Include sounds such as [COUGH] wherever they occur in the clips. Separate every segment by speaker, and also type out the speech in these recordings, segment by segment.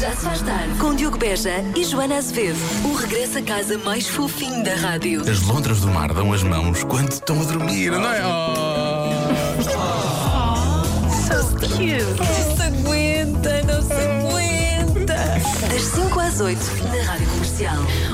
Speaker 1: Já se faz tarde com Diogo Beja e Joana Azevedo. O regresso a casa mais fofinho da rádio.
Speaker 2: As lontras do mar dão as mãos quando estão a dormir, não é? Oh.
Speaker 1: Não se aguenta, não se aguenta. Das 5 às 8 na rádio comercial.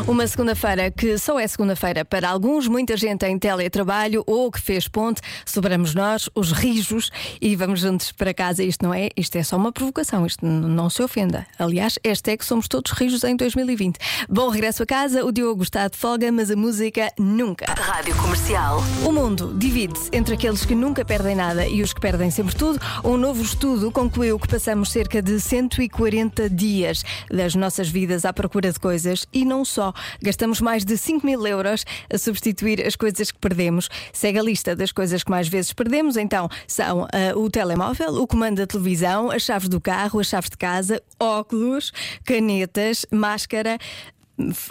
Speaker 3: Uma segunda-feira que só é segunda-feira para alguns, muita gente em teletrabalho ou que fez ponte, sobramos nós, os rijos, e vamos juntos para casa. Isto não é, isto é só uma provocação, isto n- não se ofenda. Aliás, esta é que somos todos rijos em 2020. Bom regresso a casa, o Diogo está de folga, mas a música nunca.
Speaker 1: Rádio comercial.
Speaker 3: O mundo divide-se entre aqueles que nunca perdem nada e os que perdem sempre tudo. Um novo estudo concluiu que passamos cerca de 140 dias das nossas vidas à procura de coisas e não só. Gastamos mais de 5 mil euros a substituir as coisas que perdemos. Segue a lista das coisas que mais vezes perdemos, então são ah, o telemóvel, o comando da televisão, as chaves do carro, as chaves de casa, óculos, canetas, máscara,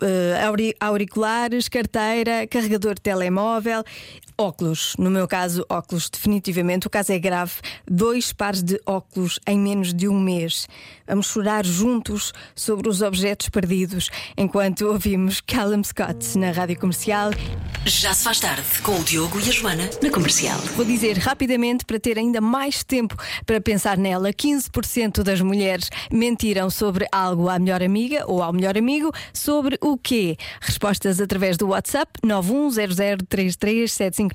Speaker 3: eh, auri- auriculares, carteira, carregador de telemóvel, óculos. No meu caso, óculos, definitivamente. O caso é grave. Dois pares de óculos em menos de um mês. Vamos chorar juntos sobre os objetos perdidos enquanto ouvimos Callum Scott na rádio comercial.
Speaker 1: Já se faz tarde com o Diogo e a Joana na comercial.
Speaker 3: Vou dizer rapidamente para ter ainda mais tempo para pensar nela. 15% das mulheres mentiram sobre algo à melhor amiga ou ao melhor amigo. Sobre o quê? Respostas através do WhatsApp 910033759.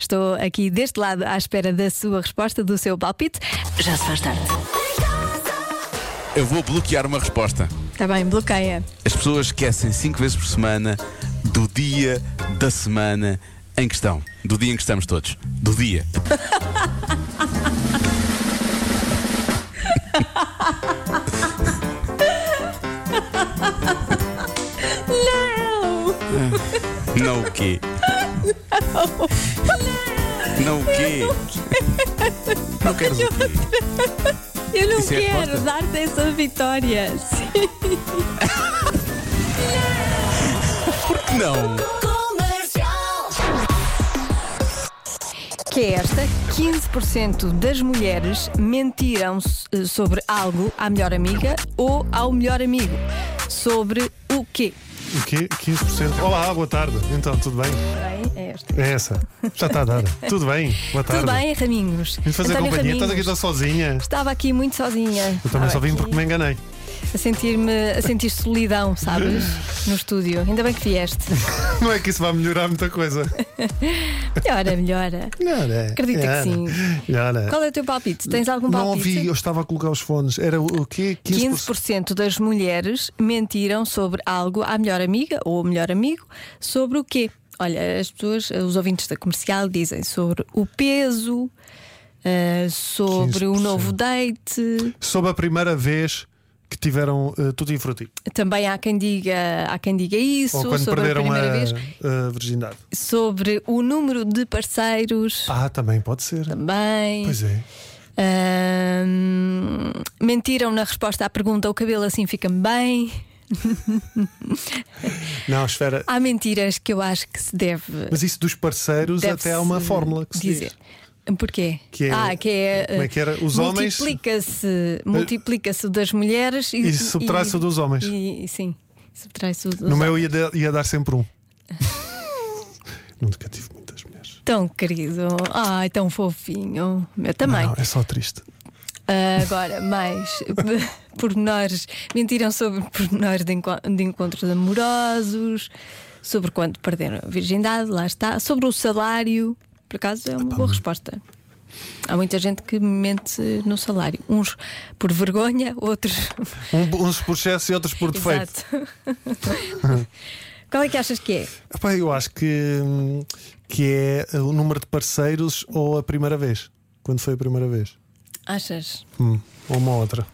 Speaker 3: Estou aqui deste lado à espera da sua resposta, do seu palpite.
Speaker 1: Já se faz tarde.
Speaker 2: Eu vou bloquear uma resposta.
Speaker 3: Está Tá bem, bloqueia.
Speaker 2: As pessoas esquecem cinco vezes por semana do dia da semana em questão. Do dia em que estamos todos. Do dia. Não o quê? Não o quê? Não queres o quê?
Speaker 3: Eu não
Speaker 2: Isso é a
Speaker 3: quero
Speaker 2: resposta?
Speaker 3: dar-te essa vitória.
Speaker 2: Porque não?
Speaker 3: que é esta: 15% das mulheres mentiram eh, sobre algo à melhor amiga ou ao melhor amigo. Sobre o quê?
Speaker 4: O quê? 15%. Olá, boa tarde. Então, tudo bem?
Speaker 3: Bem, é esta.
Speaker 4: É essa. Já está a dar. [LAUGHS] Tudo bem? Boa tarde.
Speaker 3: Tudo bem, Raminhos?
Speaker 4: Vim fazer
Speaker 3: António
Speaker 4: companhia. Então Estás
Speaker 3: Raminhos.
Speaker 4: aqui tão sozinha?
Speaker 3: Estava aqui muito sozinha.
Speaker 4: Eu também
Speaker 3: Estava
Speaker 4: só vim
Speaker 3: aqui
Speaker 4: porque me [LAUGHS] enganei.
Speaker 3: A sentir-me, a sentir solidão, sabes? No estúdio. Ainda bem que vieste.
Speaker 4: Não é que isso vai melhorar muita coisa.
Speaker 3: Melhora, melhora.
Speaker 4: [LAUGHS] Não, é.
Speaker 3: Acredito que sim.
Speaker 4: Não, não.
Speaker 3: Qual é o teu palpite? Tens algum
Speaker 4: não
Speaker 3: palpite?
Speaker 4: ouvi, eu estava a colocar os fones. Era o- o quê? 15%.
Speaker 3: 15% das mulheres mentiram sobre algo à melhor amiga ou ao melhor amigo. Sobre o quê? Olha, as pessoas, os ouvintes da comercial dizem sobre o peso, ah, sobre o
Speaker 4: 15%.
Speaker 3: novo date.
Speaker 4: Sob a primeira vez que tiveram eh, tudo em fruti.
Speaker 3: Também há quem diga, há quem diga isso,
Speaker 4: Ou quando
Speaker 3: sobre a
Speaker 4: perderam
Speaker 3: primeira vez,
Speaker 4: a virgindade.
Speaker 3: sobre o número de parceiros.
Speaker 4: Ah, também pode ser.
Speaker 3: Também.
Speaker 4: Pois é.
Speaker 3: Ahm, ehm, mentiram na resposta à pergunta: o cabelo assim fica-me bem.
Speaker 4: Não, espera.
Speaker 3: Há mentiras que eu acho que se deve.
Speaker 4: Mas isso dos parceiros até há uma fórmula que se
Speaker 3: dizer.
Speaker 4: diz.
Speaker 3: Porquê?
Speaker 4: Que é-
Speaker 3: ah, que é.
Speaker 4: como é que era? Os homens-
Speaker 3: Multiplica-se multiplica das mulheres e,
Speaker 4: E subtrai-se
Speaker 3: e-
Speaker 4: dos homens.
Speaker 3: E, e sim, subtrai-se dos
Speaker 4: No
Speaker 3: homens.
Speaker 4: meu ia, dar- ia dar sempre um. [LAUGHS] Nunca tive muitas mulheres.
Speaker 3: Tão querido. Ai, tão fofinho. Eu também.
Speaker 4: Não, é só triste.
Speaker 3: Ah, agora, mais [LAUGHS] pormenores. Mentiram sobre pormenores de, enco- de encontros amorosos, sobre quando perderam a virgindade, lá está. Sobre o salário. Por acaso é uma boa resposta. Há muita gente que mente no salário. Uns por vergonha, outros.
Speaker 4: Um- uns por excesso e outros por defeito.
Speaker 3: Exato. [LAUGHS] Qual é que achas que é?
Speaker 4: Epá, eu acho que, hum, que é o número de parceiros ou a primeira vez. Quando foi a primeira vez?
Speaker 3: Achas?
Speaker 4: Hum, ou uma outra.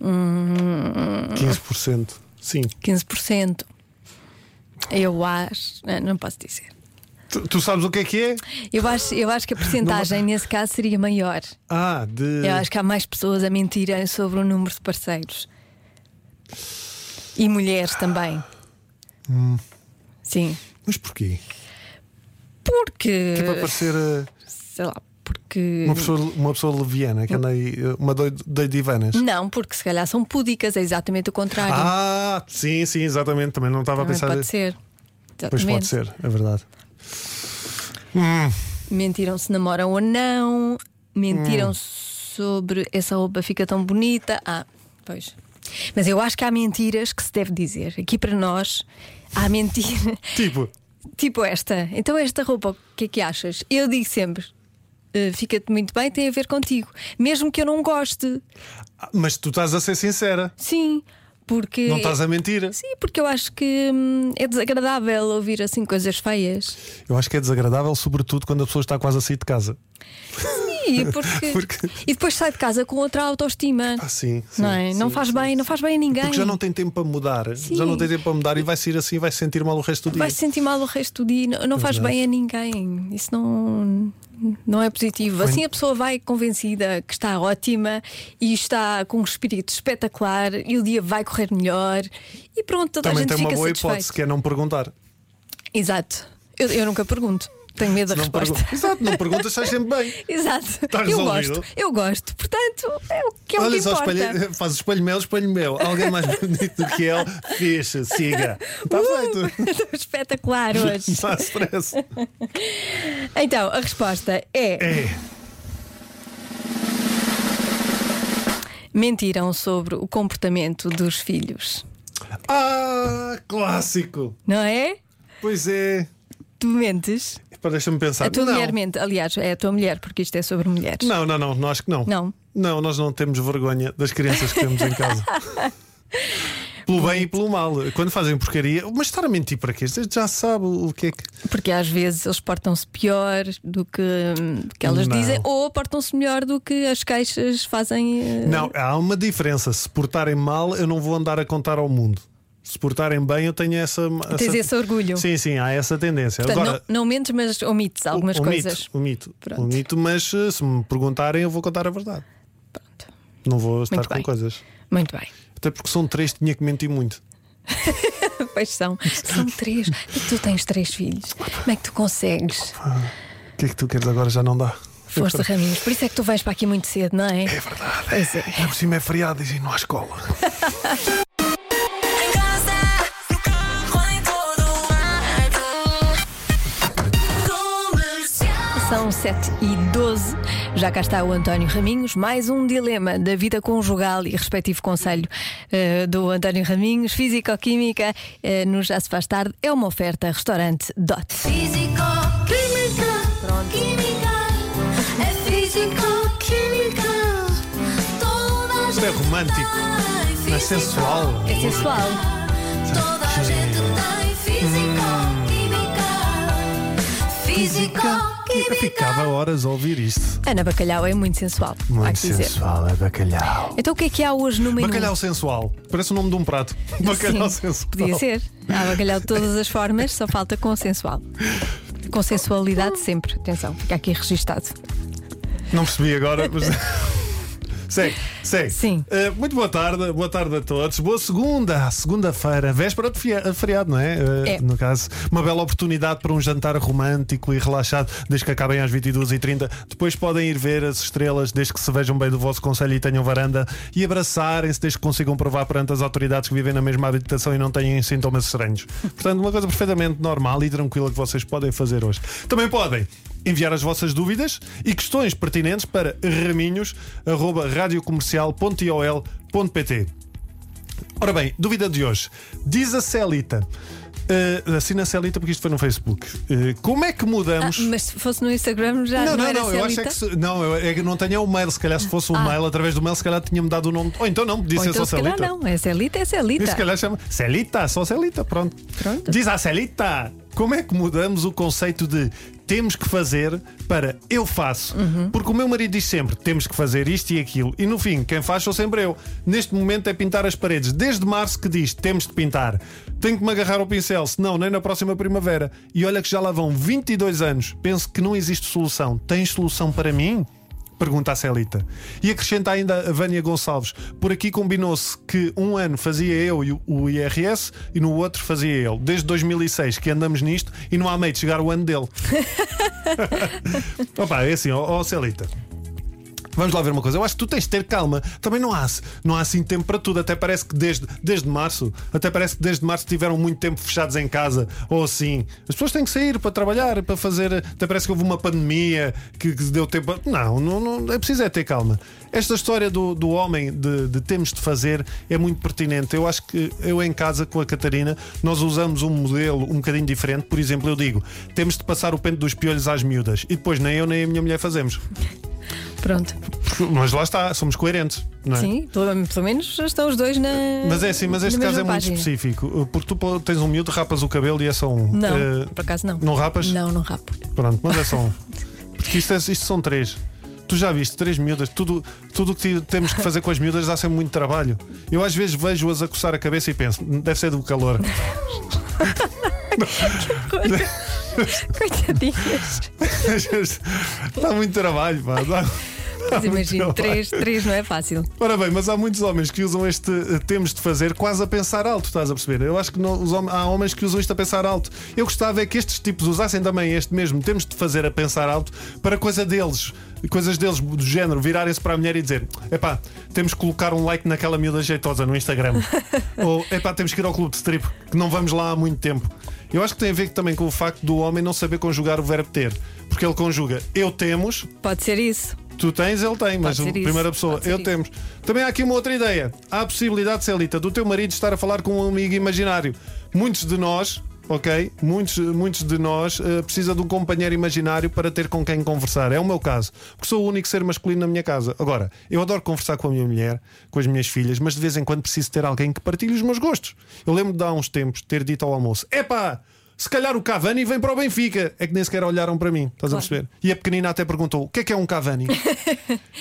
Speaker 4: 15%. Sim.
Speaker 3: 15%. Eu acho. ah, Não posso dizer.
Speaker 4: Tu, tu sabes o que é que é?
Speaker 3: Eu acho, eu acho que a percentagem nesse caso seria maior.
Speaker 4: Ah, de.
Speaker 3: Eu acho que há mais pessoas a mentirem sobre o número de parceiros. E mulheres também. Sim.
Speaker 4: Hum. Mas porquê?
Speaker 3: Porque.
Speaker 4: Que é para parecer. eh,
Speaker 3: Sei lá, porque que.
Speaker 4: Uma pessoa, uma pessoa leviana, que anda aí, eh, uma doid- doidivanas.
Speaker 3: Não, porque se calhar são púdicas, é exatamente o contrário.
Speaker 4: Ah, sim, sim, exatamente. Também não estava a
Speaker 3: Também
Speaker 4: pensar.
Speaker 3: pode ser.
Speaker 4: Pois
Speaker 3: Exatamente.
Speaker 4: pode ser, é verdade.
Speaker 3: Mentiram se namoram ou não,
Speaker 4: Hum.
Speaker 3: mentiram sobre essa roupa fica tão bonita. Ah, pois. Mas eu acho que há mentiras que se deve dizer. Aqui para nós, há [LAUGHS] mentira.
Speaker 4: Tipo,
Speaker 3: tipo esta. Então, esta roupa, o que é que achas? Eu digo sempre. "Eh, Fica-te muito bem, tem a ver contigo. Mesmo que eu não goste.
Speaker 4: ah, mas tu estás a ser sincera,
Speaker 3: Sim, porque.
Speaker 4: não estás a mentir.
Speaker 3: Sim, porque eu acho que hum, é desagradável ouvir assim coisas feias.
Speaker 4: Eu acho que é desagradável, sobretudo quando a pessoa está quase a sair de casa. [LAUGHS]
Speaker 3: Sim, porque...
Speaker 4: Porque-
Speaker 3: E depois sai de casa com outra autoestima.
Speaker 4: Ah, sim. sim,
Speaker 3: não é? não
Speaker 4: sim,
Speaker 3: faz
Speaker 4: sim,
Speaker 3: bem,
Speaker 4: sim.
Speaker 3: não faz bem a ninguém.
Speaker 4: Porque já não tem tempo para mudar.
Speaker 3: Sim.
Speaker 4: Já não tem tempo para mudar e vai sair assim e vai se sentir mal o resto do dia.
Speaker 3: Vai se sentir mal o resto do dia, não, não faz bem a ninguém. Isso não, não é positivo. Assim a pessoa vai convencida que está ótima e está com um espírito espetacular e o dia vai correr melhor e pronto, toda
Speaker 4: Também
Speaker 3: a gente
Speaker 4: tem uma
Speaker 3: fica
Speaker 4: boa
Speaker 3: satisfeita.
Speaker 4: hipótese, que é não perguntar.
Speaker 3: Exato. Eu, eu nunca pergunto, tenho medo da
Speaker 4: Não
Speaker 3: resposta. [LAUGHS]
Speaker 4: pergun- Exato, não perguntas, estás sempre bem.
Speaker 3: Exato.
Speaker 4: Está
Speaker 3: eu
Speaker 4: resolvido.
Speaker 3: gosto, eu gosto. Portanto, é o que é o que
Speaker 4: Olha só,
Speaker 3: importa.
Speaker 4: espelho, faz o espelho mel, espelho mel. Alguém mais bonito do que ele, fixe, siga. [LAUGHS] Está
Speaker 3: Uh,
Speaker 4: feito.
Speaker 3: [LAUGHS] estou espetacular hoje.
Speaker 4: [LAUGHS] Não há
Speaker 3: [LAUGHS]
Speaker 4: stress.
Speaker 3: Então, a resposta é:
Speaker 4: É.
Speaker 3: mentiram sobre o comportamento dos filhos,
Speaker 4: Ah, clássico.
Speaker 3: não é?
Speaker 4: Pois é.
Speaker 3: Tu mentes?
Speaker 4: Epá, Deixa-me pensar.
Speaker 3: A tua
Speaker 4: não.
Speaker 3: mulher mente. Aliás, é a tua mulher, porque isto é sobre mulheres.
Speaker 4: não, não, não, nós que não.
Speaker 3: Não.
Speaker 4: Não, nós não temos vergonha das crianças que temos em
Speaker 3: [LAUGHS]
Speaker 4: casa. pelo bem e pelo mal. Quando fazem porcaria, mas estar a mentir para quê? Você já sabe o que é que.
Speaker 3: Porque às vezes eles portam-se pior do que, hum, que elas
Speaker 4: Não.
Speaker 3: dizem, ou portam-se melhor do que as queixas fazem. eh,
Speaker 4: Não, há uma diferença. Se portarem mal, eu não vou andar a contar ao mundo. Se portarem bem, eu tenho essa.
Speaker 3: Tens esse orgulho.
Speaker 4: Sim, sim, há essa tendência.
Speaker 3: Portanto,
Speaker 4: Agora,
Speaker 3: não, não mentes, mas omites algumas
Speaker 4: omito,
Speaker 3: coisas.
Speaker 4: Omito,
Speaker 3: Pronto.
Speaker 4: omito, mas eh, se me perguntarem, eu vou contar a verdade.
Speaker 3: Pronto.
Speaker 4: Não vou estar
Speaker 3: Muito
Speaker 4: com
Speaker 3: bem.
Speaker 4: coisas.
Speaker 3: Muito bem. [LAUGHS]
Speaker 4: Até porque são três, tinha que mentir muito.
Speaker 3: Pois são. São
Speaker 4: [LAUGHS]
Speaker 3: três. E tu tens três filhos. Como é que tu consegues?
Speaker 4: O que é que tu queres agora? Já não dá.
Speaker 3: Força, Raminhos. Por isso é que tu vais para aqui muito cedo, não é? É verdade. Pois é.
Speaker 4: Ainda por cima é feriado e não há escola.
Speaker 1: Em casa, no carro, em todo lado. Comercial.
Speaker 3: São 7 e 12. Já cá está o António Raminhos. Mais um dilema da vida conjugal e respectivo conselho eh, do António Raminhos. Físico-Química eh, no Já Se Faz Tarde é uma oferta restaurante DOT.
Speaker 1: Físico, química, química. É físico, química. Toda a
Speaker 4: é
Speaker 1: gente
Speaker 4: romântico,
Speaker 1: tem
Speaker 4: Não é
Speaker 1: físico,
Speaker 4: sensual.
Speaker 3: É sensual.
Speaker 1: Toda a gente tem físico, química. Físico,
Speaker 4: Eu
Speaker 1: química.
Speaker 4: ficava horas a ouvir isto.
Speaker 3: Ana Bacalhau é muito sensual. há
Speaker 4: Muito
Speaker 3: que dizer.
Speaker 4: sensual, é bacalhau.
Speaker 3: Então o que é que há hoje no menu?
Speaker 4: Bacalhau sensual. Parece o nome de um prato. Bacalhau
Speaker 3: Sim,
Speaker 4: sensual.
Speaker 3: Podia ser. Há bacalhau de todas as formas, só falta consensual. Consensualidade sempre. Atenção, fica aqui registado.
Speaker 4: Não percebi agora, mas.
Speaker 3: [LAUGHS]
Speaker 4: Segue, segue.
Speaker 3: Sim.
Speaker 4: Eh, muito boa tarde, boa tarde a todos. Boa segunda, segunda-feira, véspera de fia- feriado, não é? Eh,
Speaker 3: É.
Speaker 4: No caso, uma bela oportunidade para um jantar romântico e relaxado, desde que acabem às 22h30. Depois podem ir ver as estrelas, desde que se vejam bem do vosso conselho e tenham varanda, e abraçarem-se, desde que consigam provar perante as autoridades que vivem na mesma habitação e não têm sintomas estranhos. Portanto, uma coisa perfeitamente normal e tranquila que vocês podem fazer hoje. Também podem enviar as vossas dúvidas e questões pertinentes para raminhos.radiocomercial.iol.pt Ora bem, dúvida de hoje. Diz a Célita, eh, assina a Célita porque isto foi no Facebook, eh, como é que mudamos...
Speaker 3: Ah, Mas se fosse no Instagram já não,
Speaker 4: Não, não,
Speaker 3: era
Speaker 4: não, eu acho é
Speaker 3: Celita? Ah.
Speaker 4: que se- não, eu, é que não tenho o mail, se calhar se fosse o mail, através do mail, se calhar tinha-me dado o nome. Ou então não,
Speaker 3: Ou
Speaker 4: disse só
Speaker 3: então, se calhar,
Speaker 4: Célita.
Speaker 3: não. É Celita, é
Speaker 4: E se
Speaker 3: Celita.
Speaker 4: calhar chama Celita, só Celita, pronto.
Speaker 3: Pronto.
Speaker 4: Diz à Celita, como é que mudamos o conceito de temos que fazer para eu faço?
Speaker 3: Uhum.
Speaker 4: Porque o meu marido diz sempre temos que fazer isto e aquilo, e no fim, quem faz sou sempre eu. Neste momento é pintar as paredes, desde março que diz temos de pintar. Tenho que me agarrar ao pincel, senão nem na próxima primavera. E olha que já lá vão 22 anos, penso que não existe solução. Tens solução para mim? Pergunta a Celita. E acrescenta ainda a Vânia Gonçalves. Por aqui combinou-se que um ano fazia eu e o- o IRS e no outro fazia ele. Desde 2006 que andamos nisto e não há meio de chegar o ano dele. [LAUGHS] Opa, é assim, ó ó, Celita. Vamos lá ver uma coisa. Eu acho que tu tens de ter calma. Também não há, não há assim tempo para tudo. Até parece que desde, desde março, até parece que desde março tiveram muito tempo fechados em casa ou assim. As pessoas têm que sair para trabalhar, para fazer. Até parece que houve uma pandemia que, que deu tempo. a- Não, não, não, é preciso é ter calma. Esta história do, do homem de, de temos de fazer é muito pertinente. Eu acho que eu em casa com a Catarina nós usamos um modelo um bocadinho diferente. Por exemplo, eu digo temos de passar o pente dos piolhos às miúdas e depois nem eu nem a minha mulher fazemos.
Speaker 3: Pronto.
Speaker 4: Mas lá está, somos coerentes, não é?
Speaker 3: Sim, pelo, pelo menos estão os dois na.
Speaker 4: Mas é assim, mas
Speaker 3: na
Speaker 4: este caso
Speaker 3: mesma
Speaker 4: é
Speaker 3: página.
Speaker 4: muito específico. Porque tu pô, tens um miúdo, rapas o cabelo e é só um.
Speaker 3: Não,
Speaker 4: Eh,
Speaker 3: por acaso não.
Speaker 4: não rapas?
Speaker 3: Não,
Speaker 4: [LAUGHS]
Speaker 3: não rapo.
Speaker 4: Pronto, mas é só um. Porque isto, é- isto são três. Tu já viste, três miúdas, tudo tudo o que ti- temos que fazer com as miúdas dá sempre muito trabalho. Eu às vezes vejo-as a coçar a cabeça e penso, "Hum, deve ser do calor. [LAUGHS]
Speaker 3: Coitadinhas.
Speaker 4: Às vezes dá muito trabalho, pá. Dá...
Speaker 3: Mas imagino,
Speaker 4: muito trabalho.
Speaker 3: três, três não é fácil.
Speaker 4: Ora bem, mas há muitos homens que usam este eh, temos de fazer quase a pensar alto, estás a perceber? Eu acho que não- os hom- há homens que usam isto a pensar alto. Eu gostava é que estes tipos usassem também este mesmo temos de fazer a pensar alto para coisa deles, coisas deles do género, virarem-se para a mulher e dizer: epá, temos que colocar um like naquela miúda jeitosa no Instagram. Ou epá, temos que ir ao clube de strip, que não vamos lá há muito tempo. Eu acho que tem a ver também com o facto do homem não saber conjugar o verbo ter. Porque ele conjuga eu temos,
Speaker 3: Pode ser isso.
Speaker 4: Tu tens, ele tem, mas
Speaker 3: ser
Speaker 4: a
Speaker 3: isso,
Speaker 4: primeira pessoa,
Speaker 3: pode ser
Speaker 4: eu
Speaker 3: isso.
Speaker 4: temos. Também há aqui uma outra ideia. Há a possibilidade, Celita, do teu marido estar a falar com um amigo imaginário. Muitos de nós, ok? Muitos, muitos de nós eh, precisa de um companheiro imaginário para ter com quem conversar. É o meu caso, porque sou o único ser masculino na minha casa. Agora, eu adoro conversar com a minha mulher, com as minhas filhas, mas de vez em quando preciso ter alguém que partilhe os meus gostos. Eu lembro de há uns tempos ter dito ao almoço: epá! Se calhar o Cavani vem para o Benfica. É que nem sequer olharam para mim, estás a
Speaker 3: Claro.
Speaker 4: perceber? E a pequenina até perguntou: o que é que é um Cavani?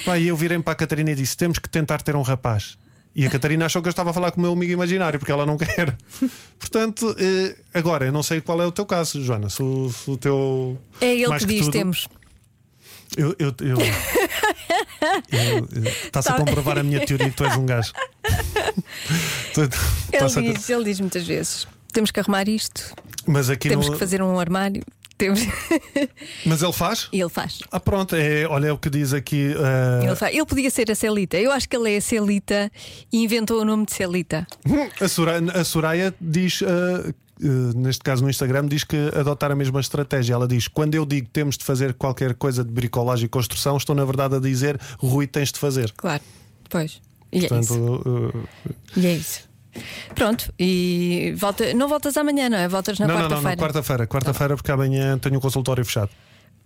Speaker 4: Pá, e eu virei para a Catarina e disse: temos que tentar ter um rapaz. E a Catarina achou que eu estava a falar com o meu amigo imaginário, porque ela não [LAUGHS] quer. Portanto, eh, agora, eu não sei qual é o teu caso, Joana. Se o, se o teu.
Speaker 3: É ele
Speaker 4: mais
Speaker 3: que diz:
Speaker 4: tudo-
Speaker 3: temos.
Speaker 4: Eu. eu, eu... eu- eu- Está-se a
Speaker 3: Tá-
Speaker 4: comprovar a minha teoria que tu és um
Speaker 3: [LAUGHS]
Speaker 4: gajo. Tu- tu- está-se a-
Speaker 3: Ele diz, ele diz muitas vezes: temos que arrumar isto,
Speaker 4: Mas aqui
Speaker 3: temos
Speaker 4: não-
Speaker 3: que fazer um armário. Temos...
Speaker 4: Mas ele faz?
Speaker 3: [LAUGHS] e ele faz.
Speaker 4: Ah, pronto, é, olha é o que diz aqui. eh,
Speaker 3: Ele faz. Ele podia ser a Celita. Eu acho que ele é a Celita e inventou o nome de Celita.
Speaker 4: A Soraya, a Soraya diz, ah, eh, neste caso no Instagram, diz que adotar a mesma estratégia. Ela diz: quando eu digo temos de fazer qualquer coisa de bricolagem e construção, estou na verdade a dizer Rui tens de fazer.
Speaker 3: Claro. Pois. E é isso.
Speaker 4: Portanto, eh,
Speaker 3: E é isso. Pronto, e volta, não voltas amanhã, não é? Voltas na
Speaker 4: eh, não, não, não, não,
Speaker 3: quarta-feira.
Speaker 4: quarta-feira, quarta-feira, porque amanhã tenho um consultório fechado.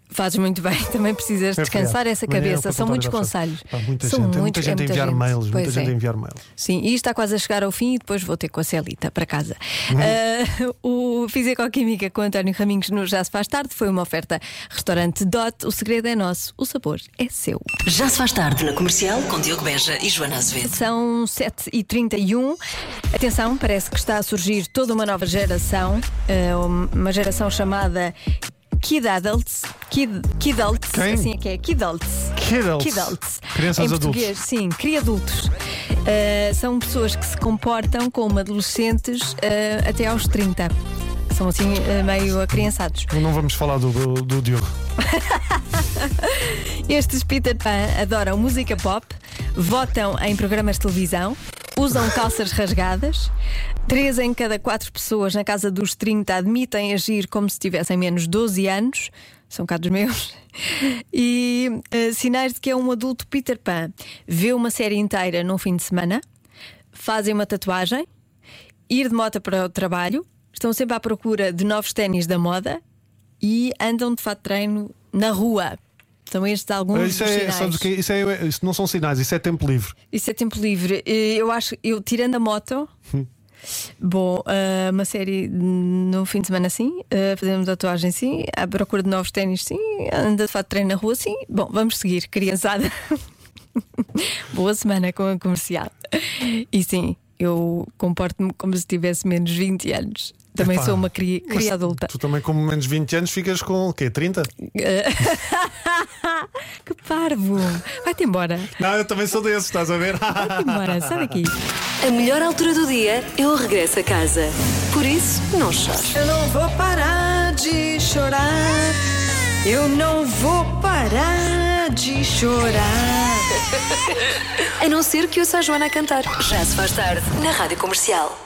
Speaker 3: Fazes muito bem, [LAUGHS] também precisas
Speaker 4: É
Speaker 3: descansar
Speaker 4: feriado.
Speaker 3: essa
Speaker 4: Amanhã é o
Speaker 3: cabeça. São
Speaker 4: consultório já
Speaker 3: muitos
Speaker 4: fechado.
Speaker 3: conselhos.
Speaker 4: Pá, muita
Speaker 3: São
Speaker 4: gente, é muita
Speaker 3: muitos- é
Speaker 4: gente a enviar mails, muita
Speaker 3: Pois
Speaker 4: gente a
Speaker 3: é.
Speaker 4: enviar mails.
Speaker 3: Sim, e isto está quase a chegar ao fim e depois vou ter com a Celita para casa. Ah, o Fisicoquímica com António Raminhos no Já se faz tarde foi uma oferta restaurante DOT. O segredo é nosso, o sabor é seu.
Speaker 1: Já se faz tarde na comercial com Diogo Beja e Joana Azevedo.
Speaker 3: São 7h31. Atenção, parece que está a surgir toda uma nova geração, eh, uma geração chamada Kid Adults. Kid, kidults,
Speaker 4: Quem?
Speaker 3: assim é que é, Kidults.
Speaker 4: Kidults. Crianças
Speaker 3: em
Speaker 4: adultas.
Speaker 3: português, sim, criadultos. Eh, são pessoas que se comportam como adolescentes eh, até aos 30. São assim eh, meio acriançados.
Speaker 4: Não vamos falar do, do, do Diogo.
Speaker 3: Estes Peter Pan adoram música pop, votam em programas de televisão, usam calças rasgadas. Três em cada quatro pessoas na casa dos 30 admitem agir como se tivessem menos 12 anos. São cá dos meus. E eh, sinais de que é um adulto Peter Pan. Vê uma série inteira num fim de semana, fazem uma tatuagem, ir de moto para o trabalho, estão sempre à procura de novos ténis da moda e andam de fato de treino na rua. São estes alguns
Speaker 4: Isso,
Speaker 3: dos
Speaker 4: é,
Speaker 3: sinais.
Speaker 4: sabes o quê? Isso, é- isso não são sinais, isso é tempo livre.
Speaker 3: Isso é tempo livre. Eh, Eu acho, eu tirando a moto.
Speaker 4: Hum.
Speaker 3: Bom, eh, uma série no fim de semana, sim. eh, Fazemos tatuagem, sim. À procura de novos ténis, sim. Anda de fato de treino na rua, sim. Bom, vamos seguir, criançada. [LAUGHS] Boa semana com a comercial. E sim, eu comporto-me como se tivesse menos 20 anos. Também
Speaker 4: Epá,
Speaker 3: sou uma cri- cria adulta.
Speaker 4: Tu também, com menos 20 anos, ficas com o quê? 30?
Speaker 3: Que parvo! Vai-te embora.
Speaker 4: Não, eu também sou desses, estás a
Speaker 3: [LAUGHS]
Speaker 4: ver?
Speaker 3: Vai-te embora, sai daqui.
Speaker 1: A melhor altura do dia é o regresso a casa. Por isso, não chores.
Speaker 3: Eu não vou parar de chorar. Eu não vou parar de chorar.
Speaker 1: A não ser que ouça a Joana a cantar. Já se faz tarde, na Rádio Comercial.